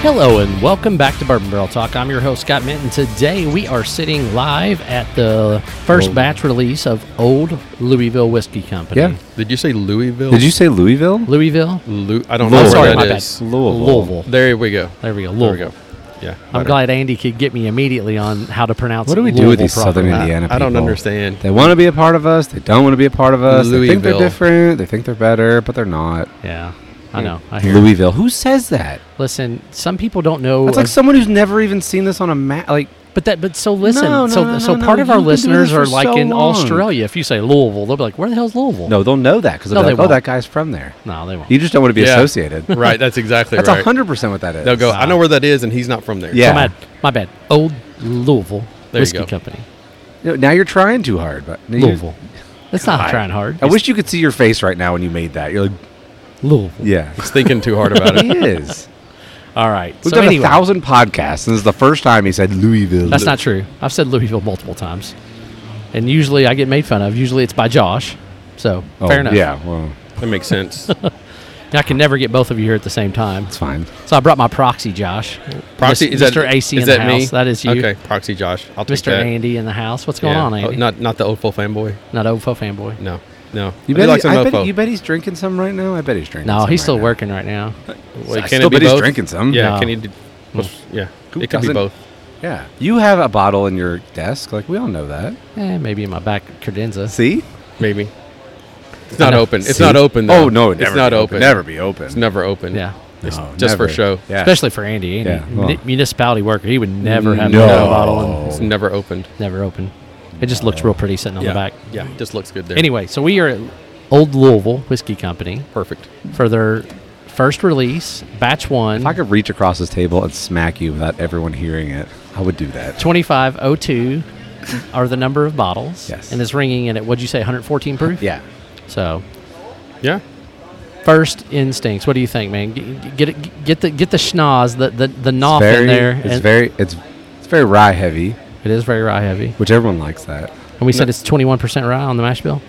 Hello and welcome back to Bourbon Barrel Talk. I'm your host Scott Minton. Today we are sitting live at the first Old- batch release of Old Louisville Whiskey Company. Yeah. Did you say Louisville? Did you say Louisville? Louisville. Lou- I don't know I'm where sorry, that my is. bad. Louisville. Louisville. There we go. There we go. There we Louisville. go. Yeah. I'm glad Andy could get me immediately on how to pronounce. What do we do Louisville with these properly. Southern I, Indiana people? I don't understand. They want to be a part of us. They don't want to be a part of us. They think Louisville. they're different. They think they're better, but they're not. Yeah, I know. I hear. Louisville. Who says that? Listen, some people don't know. That's uh, like someone who's never even seen this on a map. Like, But that, but so listen, No, no, so no, so no, part no. of our You've been doing listeners this for are like so in long. Australia. If you say Louisville, they'll be like, "Where the hell's Louisville?" no, they'll know that because No, they're they like, oh, won't. that guy's from there. no, they won't. You just don't want to be Yeah. associated. right. That's exactly That's right. hundred percent what that is. They'll go. I know where that is, and he's not from there. Yeah. So my, my bad. Old Louisville There you Whiskey go. Company. You know, Now you're trying too hard, but you- Louisville. That's not God. trying hard. I wish you could see your face right now when you made that. You're like, It's Louisville. yeah, He's thinking too hard about he it. is. All right. We've so done anyway, a thousand podcasts, and this is the first time he said Louisville. That's not true. I've said Louisville multiple times, and usually I get made fun of. Usually it's by Josh. So Oh, fair enough. Yeah, well, That makes sense. I can never get both of you here at the same time. it's fine. So I brought my proxy, Josh. Proxy Mis- is that Mr. AC is in that the me? house. That is you. Okay. Proxy Josh. I'll take Mr. that. Andy in the house. What's Yeah. going on, Oh, Andy? not not the old full fanboy. Not OFO fanboy. No. No. You He bet, likes he- an I Ofo. bet, you bet he's drinking some right now. I bet he's drinking. No, some he's right still now. working right now. Wait, I can still it be bet he's both? drinking some. Yeah. No. Can he? do- Yeah. Who It could be doesn't? both. yeah. You have a bottle in your desk, like we all know that. Eh, maybe in my back credenza. See? Maybe. It's not know. open. It's See? not open. Though. Oh no, it'd it's never not be open. Never be open. It's never open. Yeah. No, It's just for never. show. Yeah. Especially for Andy. Andy Yeah, muni- well. municipality worker. He would never have No. that bottle and It's never opened. never open. It just looks real pretty sitting on yeah. the back. Yeah. Just looks good there. Anyway, so we are at Old Louisville Whiskey Company Perfect. for their first release, batch one, If I could reach across this table and smack you without everyone hearing it, I would do that. 2502 are the number of bottles. Yes. And it's ringing in at, what'd you say, 114 proof? Yeah. So Yeah. first instincts. What do you think, man? G- g- Get it, get the get the schnoz, the the the knob very, in there. It's and- very it's it's very rye heavy, It is very rye heavy. which everyone likes that. And we said it's twenty one percent rye on the mash bill.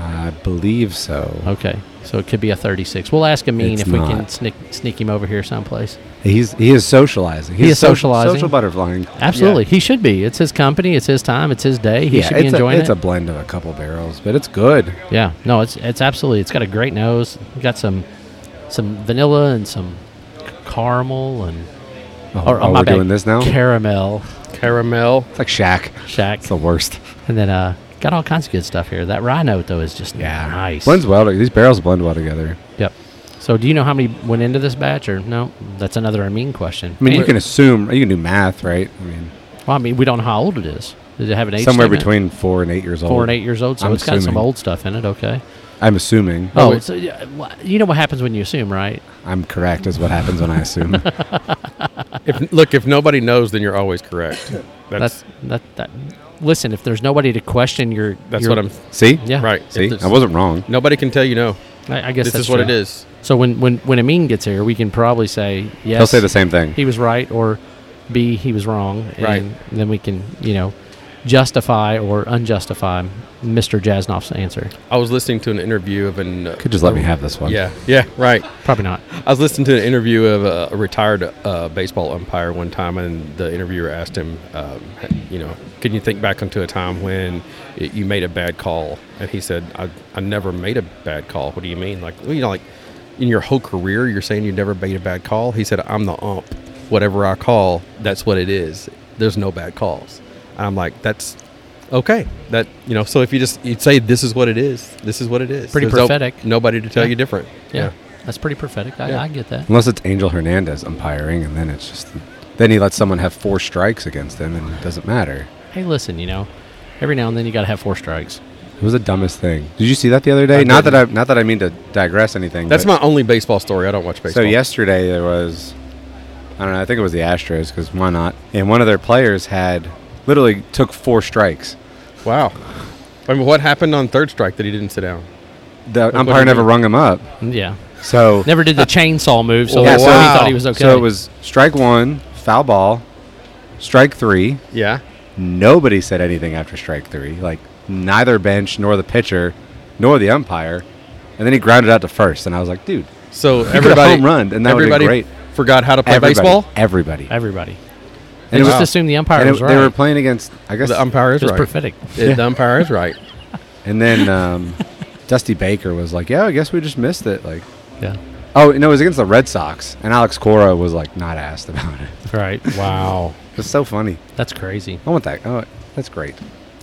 I believe so. Okay, so it could be a thirty six. We'll ask Amin It's if we can not. sneak sneak him over here someplace. He's he is socializing. He's is so- socializing. Social butterflying. Absolutely, he should be. It's his company. It's his time. It's his day. He should be it's enjoying a, It's a it. blend of a couple barrels, but it's good. yeah, no, it's it's absolutely. It's got a great nose. Got some some vanilla and some c- caramel and Oh, or, oh, oh, my we're bad, doing this now. caramel Caramel. it's like Shaq. shack. It's the worst. And then uh, got all kinds of good stuff here. That rye note though is just nice. Blends well. to- These barrels blend well together. Yep. So do you know how many went into this batch or no? That's another mean question. I mean, you can assume you can do math, right? I mean, Well, I mean, we don't know how old it is. Does it have an age? somewhere statement? between four and eight years old. four and eight years old. So I'm it's got some assuming. old stuff in it. Okay. I'm assuming. Oh, Oh, it- so yeah, wha- you know what happens when you assume, right? I'm correct. Is what happens when I assume. If, look, if nobody knows, then you're always correct. That's That's that. that listen, if there's nobody to question your, that's your- what I'm. See? Yeah. Right. If See, it's- I wasn't wrong. Nobody can tell you no. I, I guess This that's is what true. it is. So when when when Amin gets here, we can probably say yes. They'll say the same thing. He was right, or B, he was wrong. And Right. Then we can you know justify or unjustify Mr. Jasnoff's answer. I was listening to an interview of an. uh, Could just let me have this one. Yeah. Yeah. Right. Probably not. I was listening to an interview of a, a retired uh, baseball umpire one time, and the interviewer asked him, um, you know, can you think back onto a time when it, you made a bad call? And he said, I, I never made a bad call. What do you mean? Like, well, you know, like in your whole career, you're saying you never made a bad call? He said, I'm the ump. Whatever I call, that's what it is. There's no bad calls. And I'm like, that's okay. That, you know, so if you just, you'd say, this is what it is, this is what it is. Pretty There's no- prophetic. nobody to tell Yeah. you different. Yeah. That's pretty prophetic. I, Yeah. I get that. Unless it's Angel Hernandez umpiring, and then it's just then he lets someone have four strikes against him, and it doesn't matter. Hey, listen, you know, every now and then you got to have four strikes. It was the dumbest thing. Did you see that the other day? I not that I didn't. not that I mean to digress anything. That's but- my only baseball story. I don't watch baseball. So yesterday there was, I don't know, I think it was the Astros because why not? And one of their players had literally took four strikes. Wow. I mean, what happened on third strike that he didn't sit down? The do umpire you never mean? rung him up. Yeah. So Never did the chainsaw move, so Yeah, that's so- why he wow. thought he was okay. Oh, So it was strike one, foul ball, strike three. Yeah. Nobody said anything after strike three. Like neither bench nor the pitcher, nor the umpire. And then he grounded out to first, and I was like, dude. So You could have everybody home run, and that would have been everybody great. forgot how to play everybody, baseball. Everybody. Everybody. They And it just was- assumed the umpire and it- was right. They were playing against, I guess, The umpire is just right. prophetic. It- The umpire is right. and then um, Dusty Baker was like, "Yeah, I guess we just missed it." Like, Yeah. oh no, it was against the Red Sox, and Alex Cora was like not asked about it. Right. Wow. It's so funny. That's crazy. I want that. Oh, that's great.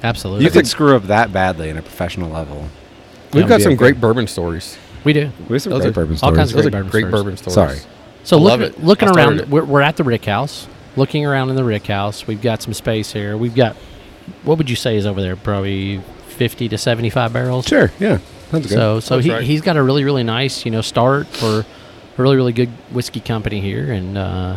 Absolutely. You could screw up that badly in a professional level. We've Yeah, got be some okay. great bourbon stories. we do. We have some Those great are bourbon all stories. kinds of Those are bourbon great stories. bourbon stories. Sorry. So I love looking- it. looking I started around, it. we're, we're at the Rick House. Looking around in the Rick House, we've got some space here. We've got, what would you say is over there? Probably fifty to seventy-five barrels. Sure. Yeah. Sounds good. So, so That's he, right. he's got a really, really nice, you know, start for a really, really good whiskey company here, and uh,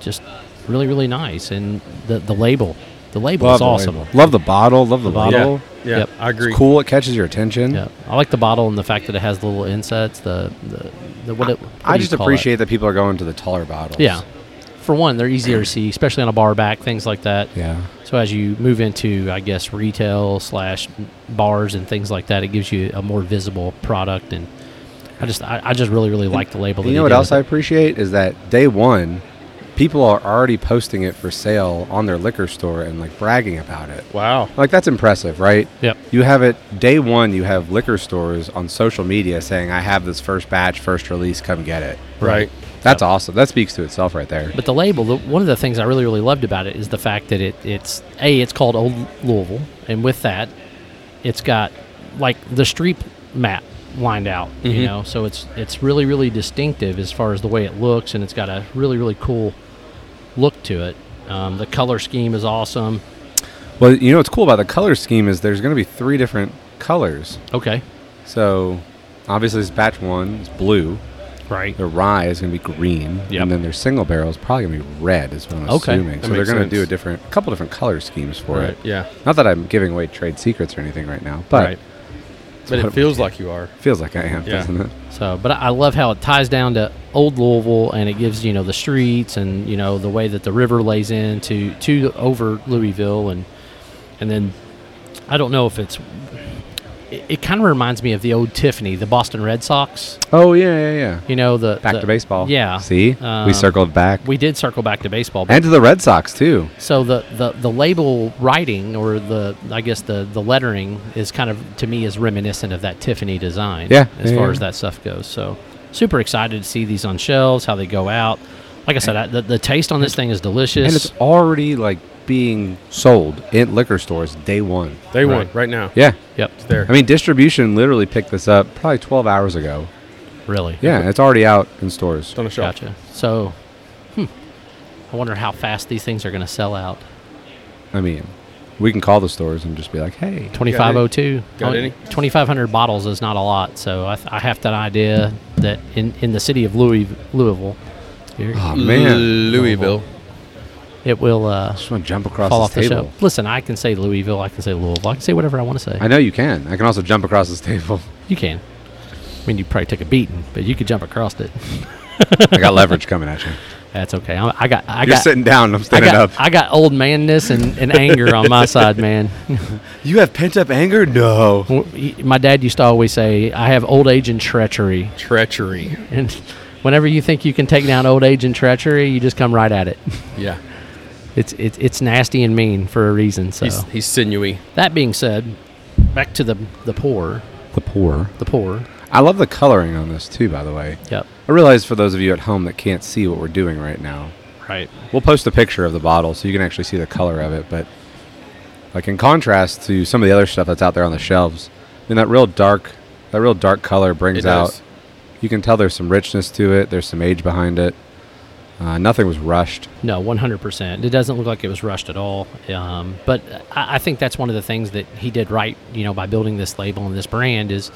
just really, really nice. And the the label, the label love is the awesome. label. Mm-hmm. Love the bottle. Love the, bottle. bottle. Yeah, yeah Yep. I agree. It's cool. It catches your attention. Yeah, I like the bottle and the fact that it has the little insets. The the, the what? It, what do you I just call it? appreciate that people are going to the taller bottles. Yeah, for one, they're easier to see, especially on a bar back, things like that. Yeah. So as you move into, I guess, retail slash bars and things like that, it gives you a more visible product. And I just, I, I just really, really like the label. And that you know he what did else I with it. appreciate is that day one, people are already posting it for sale on their liquor store and like bragging about it. Wow. Like that's impressive, right? Yep. You have it day one. You have liquor stores on social media saying, "I have this first batch, first release. Come get it." Right. That's awesome. That speaks to itself right there. But the label, the, one of the things I really, really loved about it is the fact that it, it's a, it's called Old Louisville, and with that, it's got like the street map lined out, you know. So it's it's really, really distinctive as far as the way it looks, and it's got a really, really cool look to it. Um, the color scheme is awesome. Well, you know what's cool about the color scheme is there's going to be three different colors. Okay, So, obviously, this batch one is blue. right. The rye is going to be green, Yep. and then their single barrel is probably going to be red, is what I'm Okay. assuming. That so they're makes going to do a sense. different, a couple different color schemes for Right. it. Yeah. Not that I'm giving away trade secrets or anything right now, but right. But it what- feels like you are. feels like I am, Yeah. doesn't it? So, but I love how it ties down to old Louisville, and it gives you know the streets and you know the way that the river lays into to over Louisville, and and then I don't know if it's it, it kind of reminds me of the old Tiffany, the Boston Red Sox. Oh yeah, yeah, yeah. You know the Back the- to baseball. Yeah, See, Um, we circled back, We did circle back to baseball, but and to the Red Sox too. so the, the, the label writing or the I guess the, the lettering is kind of to me is reminiscent of that Tiffany design. Yeah, As yeah, far yeah. as that stuff goes. So super excited to see these on shelves, how they go out. Like I said, I, the, the taste on this thing is delicious. And it's already like being sold in liquor stores day one. They Right. won right now. Yeah. yep. It's there. I mean, distribution literally picked this up probably 12 hours ago. Really. Yeah, it's already out in stores. it's on a shelf. Gotcha. So hmm. I wonder how fast these things are gonna sell out. I mean, we can call the stores and just be like, hey, Twenty five oh two. Got any? Twenty five hundred bottles is not a lot, so I, th- I have that idea that in, in the city of Louis, Louisville, here, oh man, Louisville. it will uh, just want to jump across fall this off the table. show. Listen, I can say Louisville, I can say Louisville, I can say whatever I want to say. I know you can. I can also jump across this table. you can. I mean, you probably took a beating, but you could jump across it. I got leverage coming at you. That's okay. I, I got. I You're got. sitting down. I'm I standing got, up. I got old manness and, and anger on my side, man. you have pent up anger? No. My dad used to always say, I have old age and treachery. Treachery. And whenever you think you can take down old age and treachery, you just come right at it. Yeah. It's, it's, it's nasty and mean for a reason. So, He's, he's sinewy. that being said, back to the, the poor. The poor. The poor. I love the coloring on this too. By the way, Yep. I realize for those of you at home that can't see what we're doing right now, Right. We'll post a picture of the bottle so you can actually see the color of it. But like in contrast to some of the other stuff that's out there on the shelves, I mean that real dark, that real dark color brings It does. out. You can tell there's some richness to it. There's some age behind it. Uh, nothing was rushed. No, one hundred percent. It doesn't look like it was rushed at all. Um, but I, I think that's one of the things that he did right. You know, by building this label and this brand is,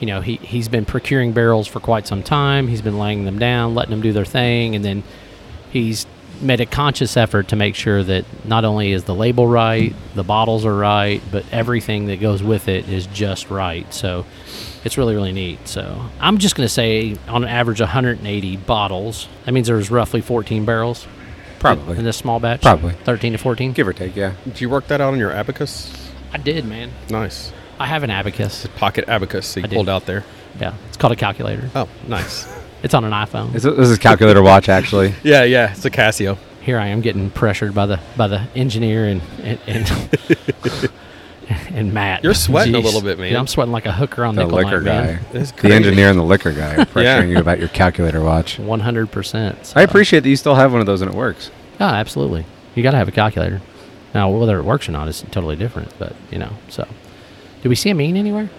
you know, he he's been procuring barrels for quite some time. He's been laying them down, letting them do their thing, and then he's made a conscious effort to make sure that not only is the label right, the bottles are right, but everything that goes with it is just right. So it's really, really neat. So I'm just going to say on average 180 bottles. That means there's roughly 14 barrels in Probably, this small batch? Probably. 13 to 14? give or take. Yeah. Did you work that out on your abacus? I did, man. Nice. I have an abacus. Pocket abacus that you did. pulled out there. Yeah, it's called a calculator. Oh, nice. It's on an iPhone. This is this is calculator watch actually. Yeah, yeah, it's a Casio. Here I am getting pressured by the by the engineer and and and, and Matt. You're sweating a Jeez. little bit, man. Dude, I'm sweating like a hooker on The nickel liquor night, guy, man. That's the crazy. engineer and the liquor guy are pressuring Yeah. you about your calculator watch. 100%. so- I appreciate that you still have one of those and it works. Oh, absolutely. You got to have a calculator. Now, whether it works or not is totally different, but, you know, so. Did we see him eating anywhere?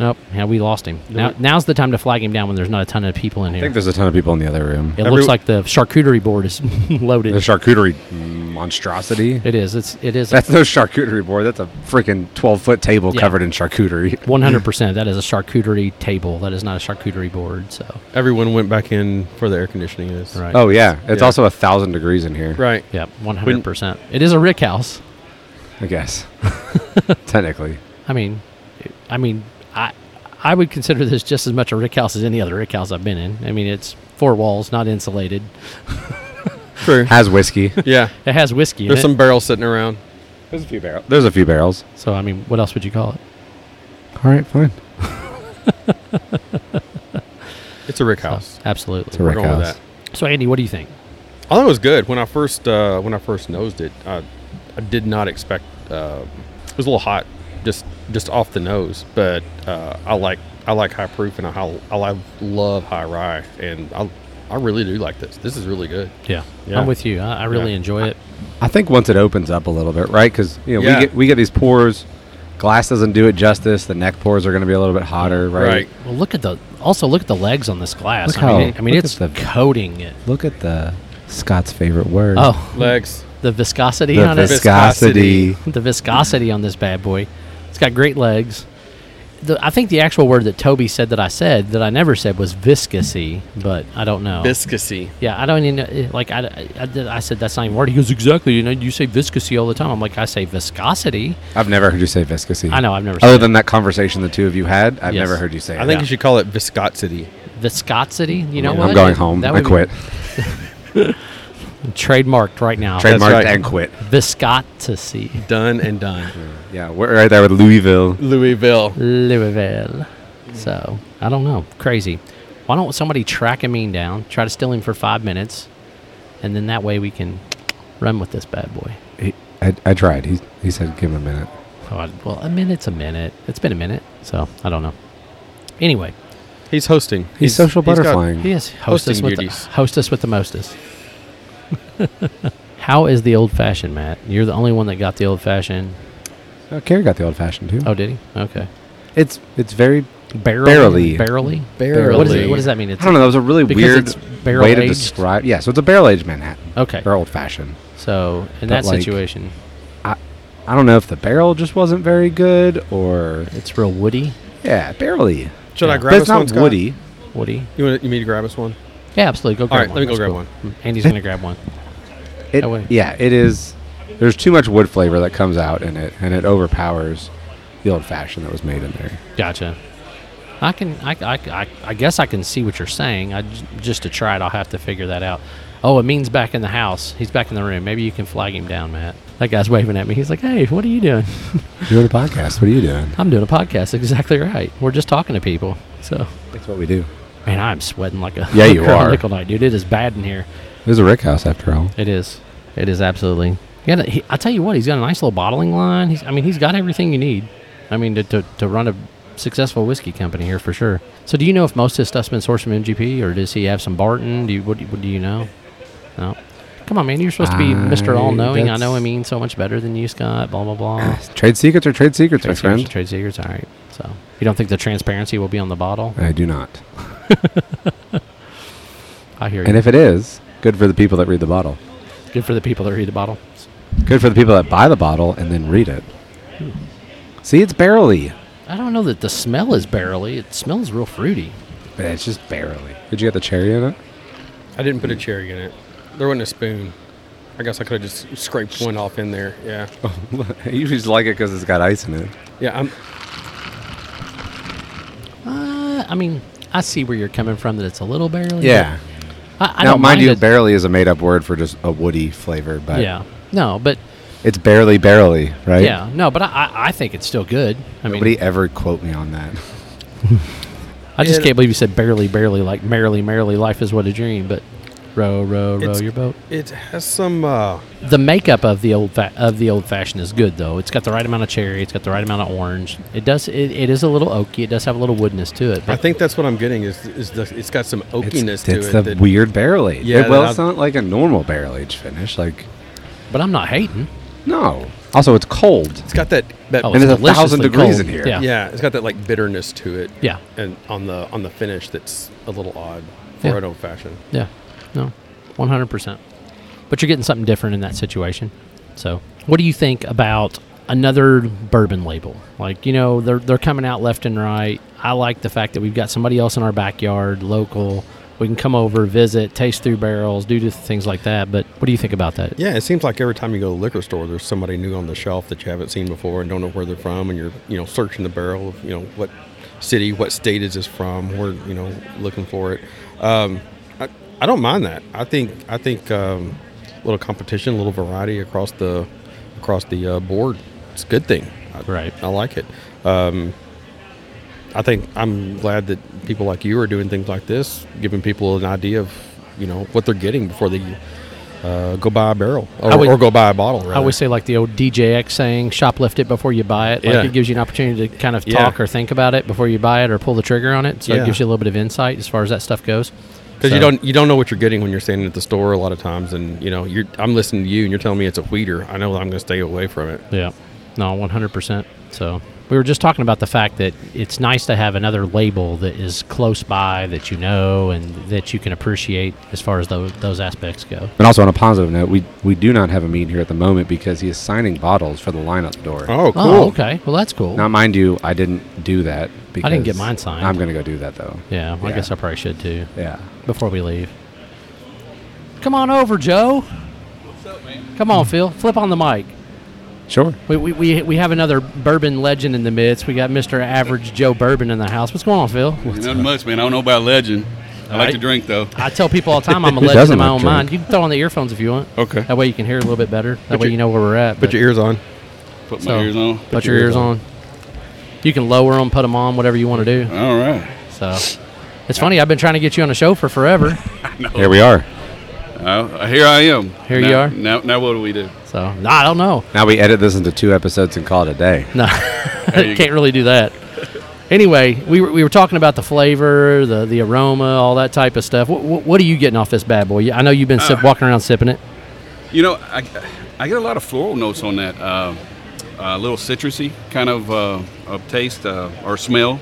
Nope. Yeah, we lost him. Now, now's the time to flag him down when there's not a ton of people in I here. think there's a ton of people in the other room. it every- looks like the charcuterie board is The loaded. charcuterie monstrosity. It is. It's, it is. That's no charcuterie board. That's a freaking 12 foot table Yeah. covered in charcuterie. 100%. That is a charcuterie table. That is not a charcuterie board, so. Everyone went back in for the air conditioning. Is Right. Oh, yeah. It's Yeah. also a thousand degrees in here, right. Yep, 100%. It is a rick house. I guess. Technically. I mean, I mean, I I would consider this just as much a rick house as any other rick house I've been in. I mean, it's four walls, not insulated. True. Has whiskey. Yeah. It has whiskey. There's in it. some barrels sitting around. There's a few barrels. There's a few barrels. So I mean, what else would you call it? All right, fine. It's a Rick house. Absolutely. a We're Rick going with house. that. So Andy, what do you think? I thought it was good when I first uh, when I first nosed it. I, I did not expect. Uh, it was a little hot, just just off the nose. But uh, I like I like high proof and I, hol- I li- love high rye and I I really do like this. This is really good. Yeah, Yeah. I'm with you. I, I really Yeah. enjoy it. I think once it opens up a little bit, right? Because you know Yeah. we get we get these pours. Glass doesn't do it justice. The neck pours are going to be a little bit hotter, right? Right. Well, look at the also look at the legs on this glass. Look I mean, how- it- I mean look it's at the- coating it. Look at the Scott's favorite word. Oh, Legs. the viscosity the on it. viscosity. the viscosity on this bad boy. It's got great legs. The, I think the actual word that Toby said that I said that I never said was viscousy, but I don't know. Viscousy. yeah, I don't even know. eh, Like I, I, did- I said that's not even a word. He goes exactly. You know, you say viscousy all the time. I'm like, I say viscosity. I've never heard you say viscosity. I know, I've never. Other said than that conversation the two of you had, I've Yes. never heard you say I it. think Yeah. you should call it viscosity. it. viscosity. You know I'm what? going home. That I would be quit. Trademarked right now. Trademarked right. and quit. viscosity. Done and done. Yeah, we're right there with Louisville. Louisville. Louisville. So I don't know. Crazy. Why don't somebody track Amin down, try to steal him for five minutes, and then that way we can run with this bad boy. He, I, I tried. He, he said, give him a minute. Oh, I- well, a minute's a minute. It's been a minute, so I don't know. Anyway, He's hosting. He's, social got- butterflying. he is hostess Hosting with the, duties. hostess with the mostest. How is the old fashioned, Matt? You're the only one that got the old fashioned. oh, Carrie got the old fashioned too. Oh, did he? Okay. It's it's very. Barely. Barely. Barely. Barely. What, is it, what does that mean? It's I don't know. That was a really Because weird it's barrel way to aged? describe. Yeah, so it's a barrel aged Manhattan. okay. They're old fashioned. So in But, that like, situation, I don't know if the barrel just wasn't very good or it's real woody. yeah, barely. Should Yeah. I But But grab it's us one? not Scott? woody. Woody. You want you mean to grab us one? Yeah, absolutely. Go grab right, one. let me go That's grab one. Andy's gonna grab one. It, That way. yeah, it is. There's too much wood flavor that comes out in it, and it overpowers the old fashioned that was made in there. Gotcha. I can. I, I, I, I guess I can see what you're saying. I j- just to try it, I'll have to figure that out. Oh, it means back in the house. He's back in the room. Maybe you can flag him down, Matt. That guy's waving at me. He's like, "Hey, what are you doing? Doing a podcast. What are you doing? I'm doing a podcast. Exactly right. We're just talking to people." So, That's what we do. man, I'm sweating like a Yeah, you hooker on are. Nickel night, dude. It is bad in here. There's a Rick House after all. It is. It is absolutely. He got a, he, I tell you what, he's got a nice little bottling line. He's, I mean, he's got everything you need. I mean, to, to, to run a successful whiskey company here for sure. So, do you know if most of his stuff's been sourced from MGP, or does he have some Barton? Do you what, do you- what do you know? No. Come on, man. You're supposed to be Mr. I- All Knowing. I know I that's- mean so much better than you, Scott. Blah blah blah. Trade secrets are trade secrets, my trade friend. secrets, trade secrets. All right. So, you don't think the transparency will be on the bottle? I do not. I hear And you. if it is, good for the people that read the bottle. Good for the people that read the bottle. Good for the people that buy the bottle and then read it. See, it's barely. I don't know that the smell is barely. It smells real fruity. But it's just barely. Did you get the cherry in it? I didn't put a cherry in it. There wasn't a spoon. I guess I could have just scraped one off in there. Yeah. Oh. I usually just like it because it's got ice in it. Yeah. I'm, Uh, I mean, I see where you're coming from. That it's a little barely. Yeah. but I, I now, don't mind mind you, it. barely is a made up word for just a woody flavor, but yeah. No, but it's barely, barely, right? yeah, no, but I- I, I think it's still good. I mean, Nobody ever quote me on that. I I just It- can't believe you said barely, barely, like merrily, merrily, life is what a dream. But row, row, row It's- your boat. It has some. Uh, The makeup of the old fa- of the old fashioned is good though. It's got the right amount of cherry. It's got the right amount of orange. It does. It, it is a little oaky. It does have a little woodness to it. I But think that's what I'm getting. Is is the, it's got some oakiness It's, to it's it. the that- weird barrel age. Yeah, Yeah, well, that it's I've- not like a normal barrel age finish. Like but I'm not hating. no. Also, it's cold. It's got that that. Oh, And it's a deliciously thousand degrees cold. in here. Yeah. yeah, it's got that like bitterness to it. Yeah. and on the on the finish, that's a little odd for Yeah. an old fashioned. Yeah, no, one hundred percent. But you're getting something different in that situation. So, what do you think about another bourbon label? Like, you know, they're they're coming out left and right. I like the fact that we've got somebody else in our backyard, local. We can come over, visit, taste through barrels, do th- things like that. But what do you think about that? Yeah, it seems like every time you go to the liquor store, there's somebody new on the shelf that you haven't seen before and don't know where they're from, and you're you know searching the barrel of you know what city, what state is this from? We're you know looking for it. Um, I, I don't mind that. I think I think um, a little competition, a little variety across the across the uh, board. It's a good thing. I, Right. I like it. Um, I think I'm glad that people like you are doing things like this, giving people an idea of you know what they're getting before they uh, go buy a barrel I or, would- or go buy a bottle. Rather. I always say like the old DJX saying, "Shoplift it before you buy it." Like Yeah. it gives you an opportunity to kind of Yeah. talk or think about it before you buy it or pull the trigger on it. So it Yeah. gives you a little bit of insight as far as that stuff goes. because So- you don't you don't know what you're getting when you're standing at the store a lot of times, and you know you're I'm listening to you and you're telling me it's a wheater. I know I'm going to stay away from it. Yeah. No, 100%. So we were just talking about the fact that it's nice to have another label that is close by that you know and that you can appreciate as far as those, those aspects go. And also on a positive note, we we do not have a meet here at the moment because he is signing bottles for the line out the door. Oh, cool. Oh, okay. Well, that's cool. Now, mind you, I didn't do that. Because get mine signed. I'm gonna go do that though. yeah, I Yeah. guess I probably should too Yeah. before we leave. Come on over, Joe. Come on, Phil. Flip on the mic. Sure. We, we, we, we have another bourbon legend in the midst. We got Mr. Average Joe Bourbon in the house. What's going on, Phil? Nothing much, man. I don't know about legend. I like Right. to drink though. I tell people all the time I'm a Who legend in doesn't my like own drink? mind. You can throw on the earphones if you want. Okay. That way you can hear a little bit better. That way your- you know where we're at. Put your ears on. Put my so- ears on. Put your ears on. You can lower them, put them on, whatever you want to do. All right. So it's funny. I've been trying to get you on a show for forever. Here we are. Uh, here I am. Here Now- you are. Now, now what do we do? So nah, I don't know. Now we edit this into two episodes and call it a day. No, There you can't really do that. Anyway, we were, we were talking about the flavor, the, the aroma, all that type of stuff. What, what, what are you getting off this bad boy? I know you've been sip, walking around sipping it. You know, I, I get a lot of floral notes on that. Uh, a little citrusy kind of, uh, of taste uh, or smell.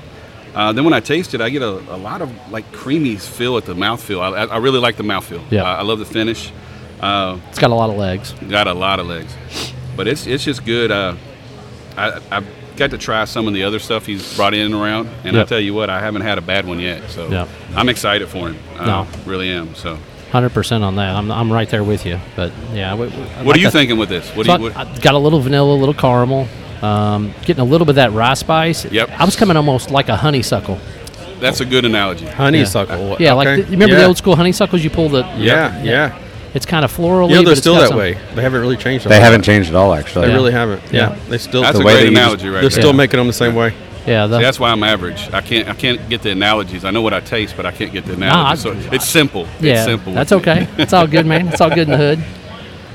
Uh, then when I taste it, I get a, a lot of like creamy feel at the mouthfeel. I, I I really like the mouthfeel. Yeah. I, I love the finish. Uh, It's got a lot of legs. got a lot of legs, but it's it's just good. Uh, I I've got to try some of the other stuff he's brought in and around, and Yep. I tell you what, I haven't had a bad one yet. So Yeah. I'm excited for him. I No. really am. So Hundred percent on that. I'm, I'm right there with you. But yeah, we, we- I what like are you the- thinking with this? What So do you? What, I, I got a little vanilla, a little caramel, um, getting a little bit of that rye spice. Yep. I was coming almost like a honeysuckle. that's a good analogy. Honeysuckle. Yeah, like Okay. the, you remember Yeah. the old school honeysuckles? You pull the Yeah, yeah. It's kind of floral. You know they're still that way. They haven't really changed. They haven't changed at all, actually. They Yeah. really haven't. Yeah, Yeah. they still. That's The a way great that you analogy, just- right? they're There. still making them the same way. Yeah, the, See, that's why I'm average. I can't I can't get the analogies. I know what I taste, but I can't get the analogies. I- so it's simple. yeah. it's simple. with That's me. okay. it's all good, man. It's all good in the hood.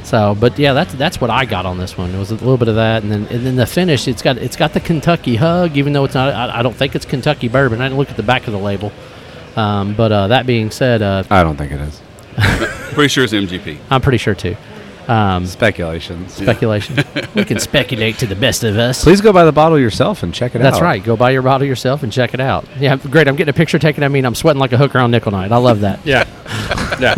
So, but yeah, that's that's what I got on this one. It was a little bit of that, and then and then the finish. It's got it's got the Kentucky hug, even though it's not. I, I don't think it's Kentucky bourbon. I didn't look at the back of the label. Um, but uh, that being said, uh, I don't think it is. Pretty sure it's MGP. I'm pretty sure too. Um, Speculations. speculation. we can speculate to the best of us. Please go buy the bottle yourself and check it out. That's right. Go buy your bottle yourself and check it out. Yeah, great. I'm getting a picture taken. I mean, I'm sweating like a hooker on nickel night. I love that. Yeah, yeah.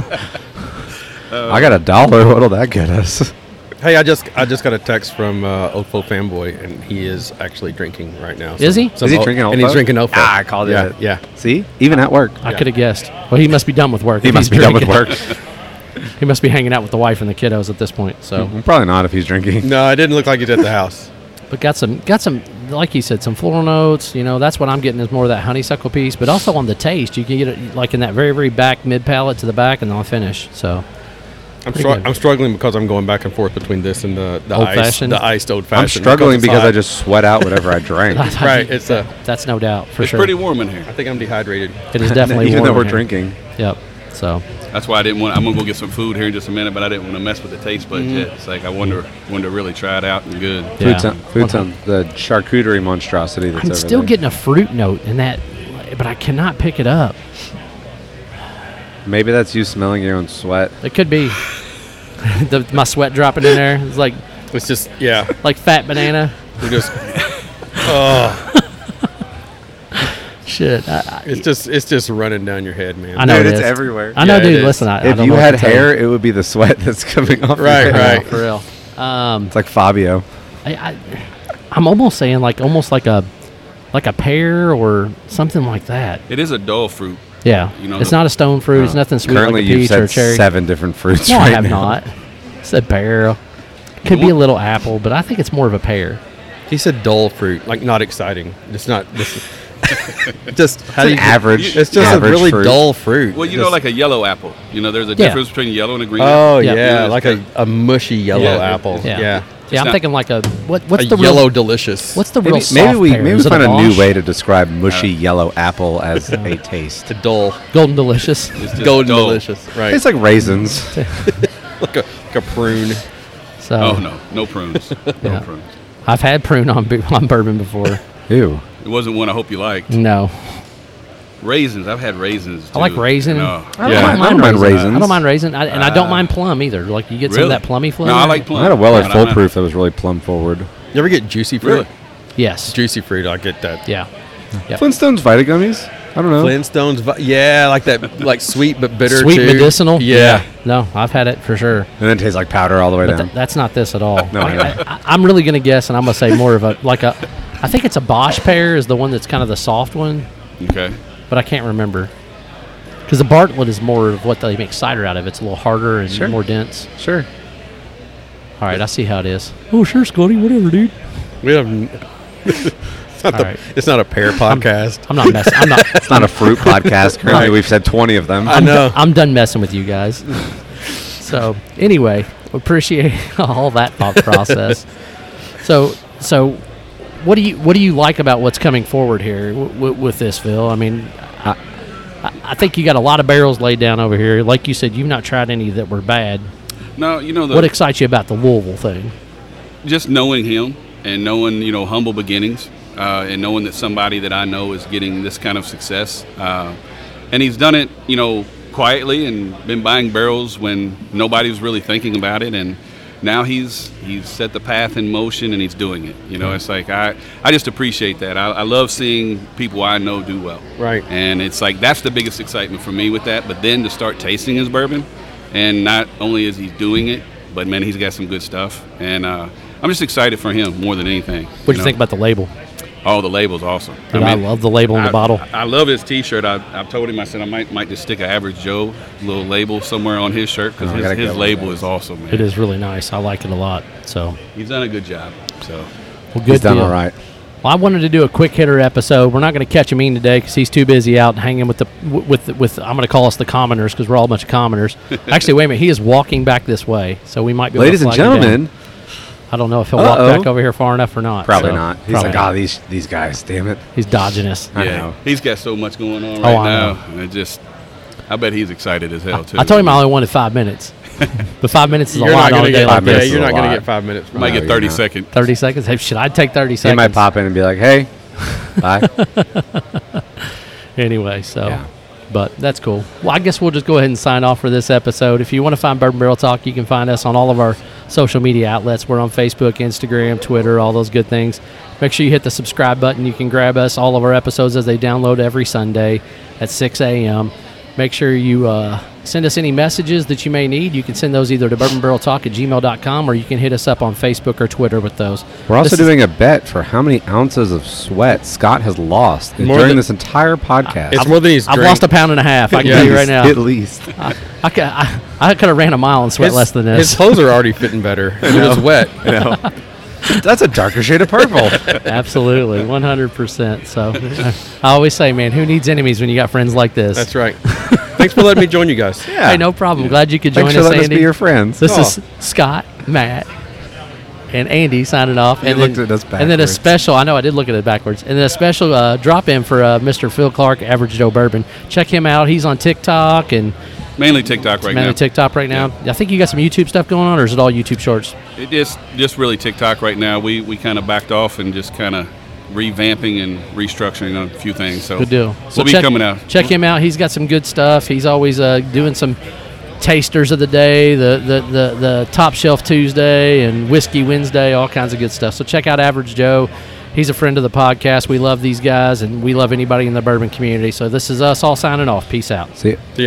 I got a dollar. What'll that get us? Hey, I just I just got a text from uh, Oakville fanboy, and he is actually drinking right now. Is he? Some is he Oak- drinking Old And he's Folk? drinking Oakville. Ah, I called yeah, it. Yeah. See, even at work, I could have guessed. Well, he must be done with work. he if must be he's done with drinking. work. He must be hanging out with the wife and the kiddos at this point. So, Probably not if he's drinking. No, it didn't look like he's at the house. but got some, got some, like you said, some floral notes. You know, that's what I'm getting is more of that honeysuckle piece, but also on the taste, you can get it like in that very, very back mid palate to the back and then I'll finish. So, I'm, Pretty str- good. I'm struggling because I'm going back and forth between this and the the Old ice, fashioned? the iced old fashioned. I'm struggling it's because I hot. just sweat out whatever I drank. right. It's a. That's no doubt for it's sure. pretty warm in here. I think I'm dehydrated. it is definitely Even warm though in we're here. drinking. Yep. So That's why I didn't want. I'm gonna go get some food here in just a minute, but I didn't want to mess with the taste buds yet. It's like I wonder, wonder really try it out and good. Mm-hmm. Yeah. Food's, on, food's on the charcuterie monstrosity that's I'm over still there. getting a fruit note in that, but I cannot pick it up. Maybe that's you smelling your own sweat. It could be the, my sweat dropping in there. It's like It's just yeah. like fat banana. We're just. Shit. I, It's just. It's just running down your head, man. I, I know Dude, it it's is. everywhere. I know, Yeah, it dude. is. Listen, I, I if don't you know what had to tell hair, it would be the sweat that's coming off. your Right, head. right. for real. Um, It's like Fabio. I, I, I'm almost saying like almost like a like a pear or something like that. It is a dull fruit. Yeah, You know, it's the- not a stone fruit. It's nothing sweet Currently, like a you've peach said or a cherry. seven different fruits. no, right I have now. not. It's a pear. Could be a little apple, but I think it's more of a pear. He said dull fruit, like not exciting. It's not. It's just how do It's an you average. It's just a average really fruit. dull fruit. Well, you Just- know, like a yellow apple. You know, there's a Yeah. difference between yellow and a green. apple. Oh Yeah. yeah, Yeah, it's like a, a mushy yellow Yeah, it- apple. Yeah, Yeah, Yeah, I'm not- thinking like a what? What's a the yellow Real, delicious. what's the real Maybe, soft maybe we pear? maybe we Is it Uh, find a new Bosch? way to describe mushy yellow apple as a taste. the dull golden delicious. It's just golden dull. delicious? Right, It's like raisins. like a, like a prune. So Oh no, no prunes. No Yeah. prunes. I've had prune on bu- on bourbon before. Ew. It wasn't one I hope you liked. No, Raisins. I've had raisins. Mm. I like dude. raisin. No. I don't Yeah. mind, I don't mind raisin. raisins. I don't mind raisin, I, and I don't Ah. mind plum either. Like you get some Really? of that plummy flavor. No, I like plum. I had a Weller Yeah, I- foolproof that was really plum forward. You ever get juicy fruit? Really? Yes. Juicy fruit. I get that. Yeah. Yep. Flintstones Vita gummies. I don't know. Flintstones. vi- Yeah, like that. Like sweet but bitter. Sweet too. medicinal. Yeah. No, I've had it for sure. and then tastes like powder all the way But down. th- that's not this at all. No, I Like, know. I, I, am really gonna guess, and I'm gonna say more of a like a. I think it's a Bosch pear is the one that's kind of the soft one, Okay. but I can't remember. Because the Bartlett is more of what they make cider out of. It's a little harder and Sure. more dense. sure. All right, I see how it is. Oh sure, Scotty, whatever, dude. We have. n- it's not All the. right. It's not a pear podcast. I'm not messing. I'm not. It's not a fruit podcast. Currently, Right. we've said 20 of them. I know. I'm done messing with you guys. so anyway, appreciate all that thought process. so so, what do you what do you like about what's coming forward here w- w- with this, Phil? I mean, I, I- I think you got a lot of barrels laid down over here. Like you said, you've not tried any that were bad. No, you know the What excites you about the Louisville thing? just knowing him and knowing you know humble beginnings uh, and knowing that somebody that I know is getting this kind of success uh, and he's done it you know quietly and been buying barrels when nobody was really thinking about it and now he's he's set the path in motion and he's doing it you know it's like I I just appreciate that I, I love seeing people I know do well Right. and it's like that's the biggest excitement for me with that but then to start tasting his bourbon and not only is he doing it but man he's got some good stuff and uh, i'm just excited for him more than anything What do you think about the label? all the labels awesome Dude, I, love the label on the I- bottle. I love his T-shirt. I, I told him I said I might might just stick an average Joe little label somewhere on his shirt because Oh, I gotta his, get his one label of is awesome, man. It is really nice. I like it a lot. So He's done a good job. So well, good He's done deal. all right. Well, I wanted to do a quick hitter episode. We're not going to catch him in today because he's too busy out hanging with the w- with the- with. I'm going to call us the commoners because we're all a bunch of commoners. Actually, wait a minute. He is walking back this way, so we might be. able to Ladies and flag him down. gentlemen, I don't know if he'll Uh-oh. walk back over here far enough or not. probably so- not. He's probably like, not. oh, these these guys, damn it. he's dodging us. I yeah, know. he's got so much going on Oh, right I know. now. And it just, I bet he's excited as hell too. I told him I only wanted five minutes, but five minutes is You're a lot not on gonna a day get. like five yeah, this. minutes is you're a not gonna lot. get five minutes. From might that. Oh, No, get you're thirty not. seconds. Thirty seconds. Hey, should I take thirty He seconds? might pop in and be like, hey, bye. anyway, so. Yeah. But that's cool. Well, I guess we'll just go ahead and sign off for this episode. If you want to find Bourbon Barrel Talk, you can find us on all of our social media outlets. We're on Facebook, Instagram, Twitter, all those good things. Make sure you hit the subscribe button. You can grab us all of our episodes as they download every Sunday at 6 a.m. Make sure you uh, send us any messages that you may need. You can send those either to bourbonbarreltalk at gmail.com or you can hit us up on Facebook or Twitter with those. We're also This is- doing a bet for how many ounces of sweat Scott has lost More during than- this entire podcast. It's more than he's. I've drank. lost a pound and a half. I can tell you right now. At least. I, I, ca- I, I could have ran a mile and sweat His- less than this. His clothes are already fitting better. it was wet. You know? That's a darker shade of purple. Absolutely, 100%. So I always say, man, who needs enemies when you got friends like this? That's right. Thanks for letting me join you guys. Yeah. Hey, no problem. Glad you could join Thanks for us, letting us Andy. be your friends. This Oh. is Scott, Matt, and Andy signing off. You and looked then, at us And then a backwards. special. I know I did look at it backwards. And then a special uh, drop in for uh, Mr. Phil Clark, Average Joe Bourbon. Check him out. He's on TikTok and Mainly TikTok right mainly now. TikTok right now. I think you got some YouTube stuff going on, or is it all YouTube Shorts? It is just really TikTok right now. We we kind of backed off and just kind of revamping and restructuring on a few things. So Good deal. We'll be check, coming out. Check him out. He's got some good stuff. He's always uh, doing some tasters of the day, the, the the the top shelf Tuesday and whiskey Wednesday, all kinds of good stuff. So check out Average Joe. He's a friend of the podcast. We love these guys, and we love anybody in the bourbon community. So this is us all signing off. Peace out. See ya. See ya.